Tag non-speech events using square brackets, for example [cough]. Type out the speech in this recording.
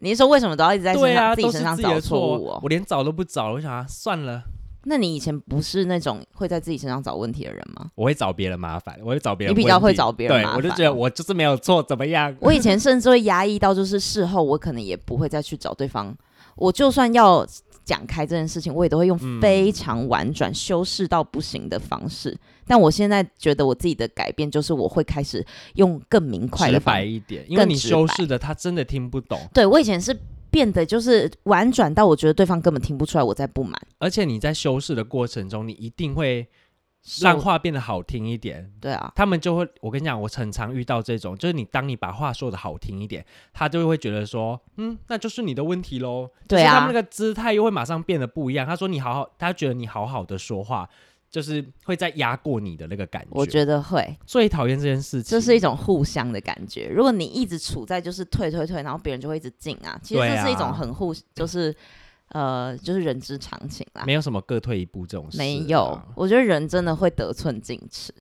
你是说为什么都要一直在身对上、啊，自都己是身上自己找的错误哦？我连找都不找，我想啊，算了，那你以前不是那种会在自己身上找问题的人吗？ [laughs] 我会找别人麻烦，我会找别人你问题。比较会找别人麻烦哦对，我就觉得我就是没有错，怎么样？我以前甚至会压抑到，就是事后我可能也不会再去找对方。我就算要讲开这件事情，我也都会用嗯非常婉转、修饰到不行的方式。但我现在觉得我自己的改变，就是我会开始用更明快直的方白一点，因为更你直修白饰的他真的听不懂，对我以前是变得就是婉转到我觉得对方根本听不出来我在不满。而且你在修饰的过程中，你一定会让话变得好听一点。对啊，他们就会，我跟你讲，我很常遇到这种，就是你当你把话说的好听一点，他就会觉得说，嗯，那就是你的问题喽。对啊就是他们那个姿态又会马上变得不一样。他说你好好，他觉得你好好的说话，就是会在压过你的那个感觉。我觉得会，最讨厌这件事情，这是一种互相的感觉。如果你一直处在就是退退退，然后别人就会一直进啊，其实对这啊是一种很互，就是呃，就是人之常情啦。没有什么各退一步这种事、啊。没有，我觉得人真的会得寸进尺。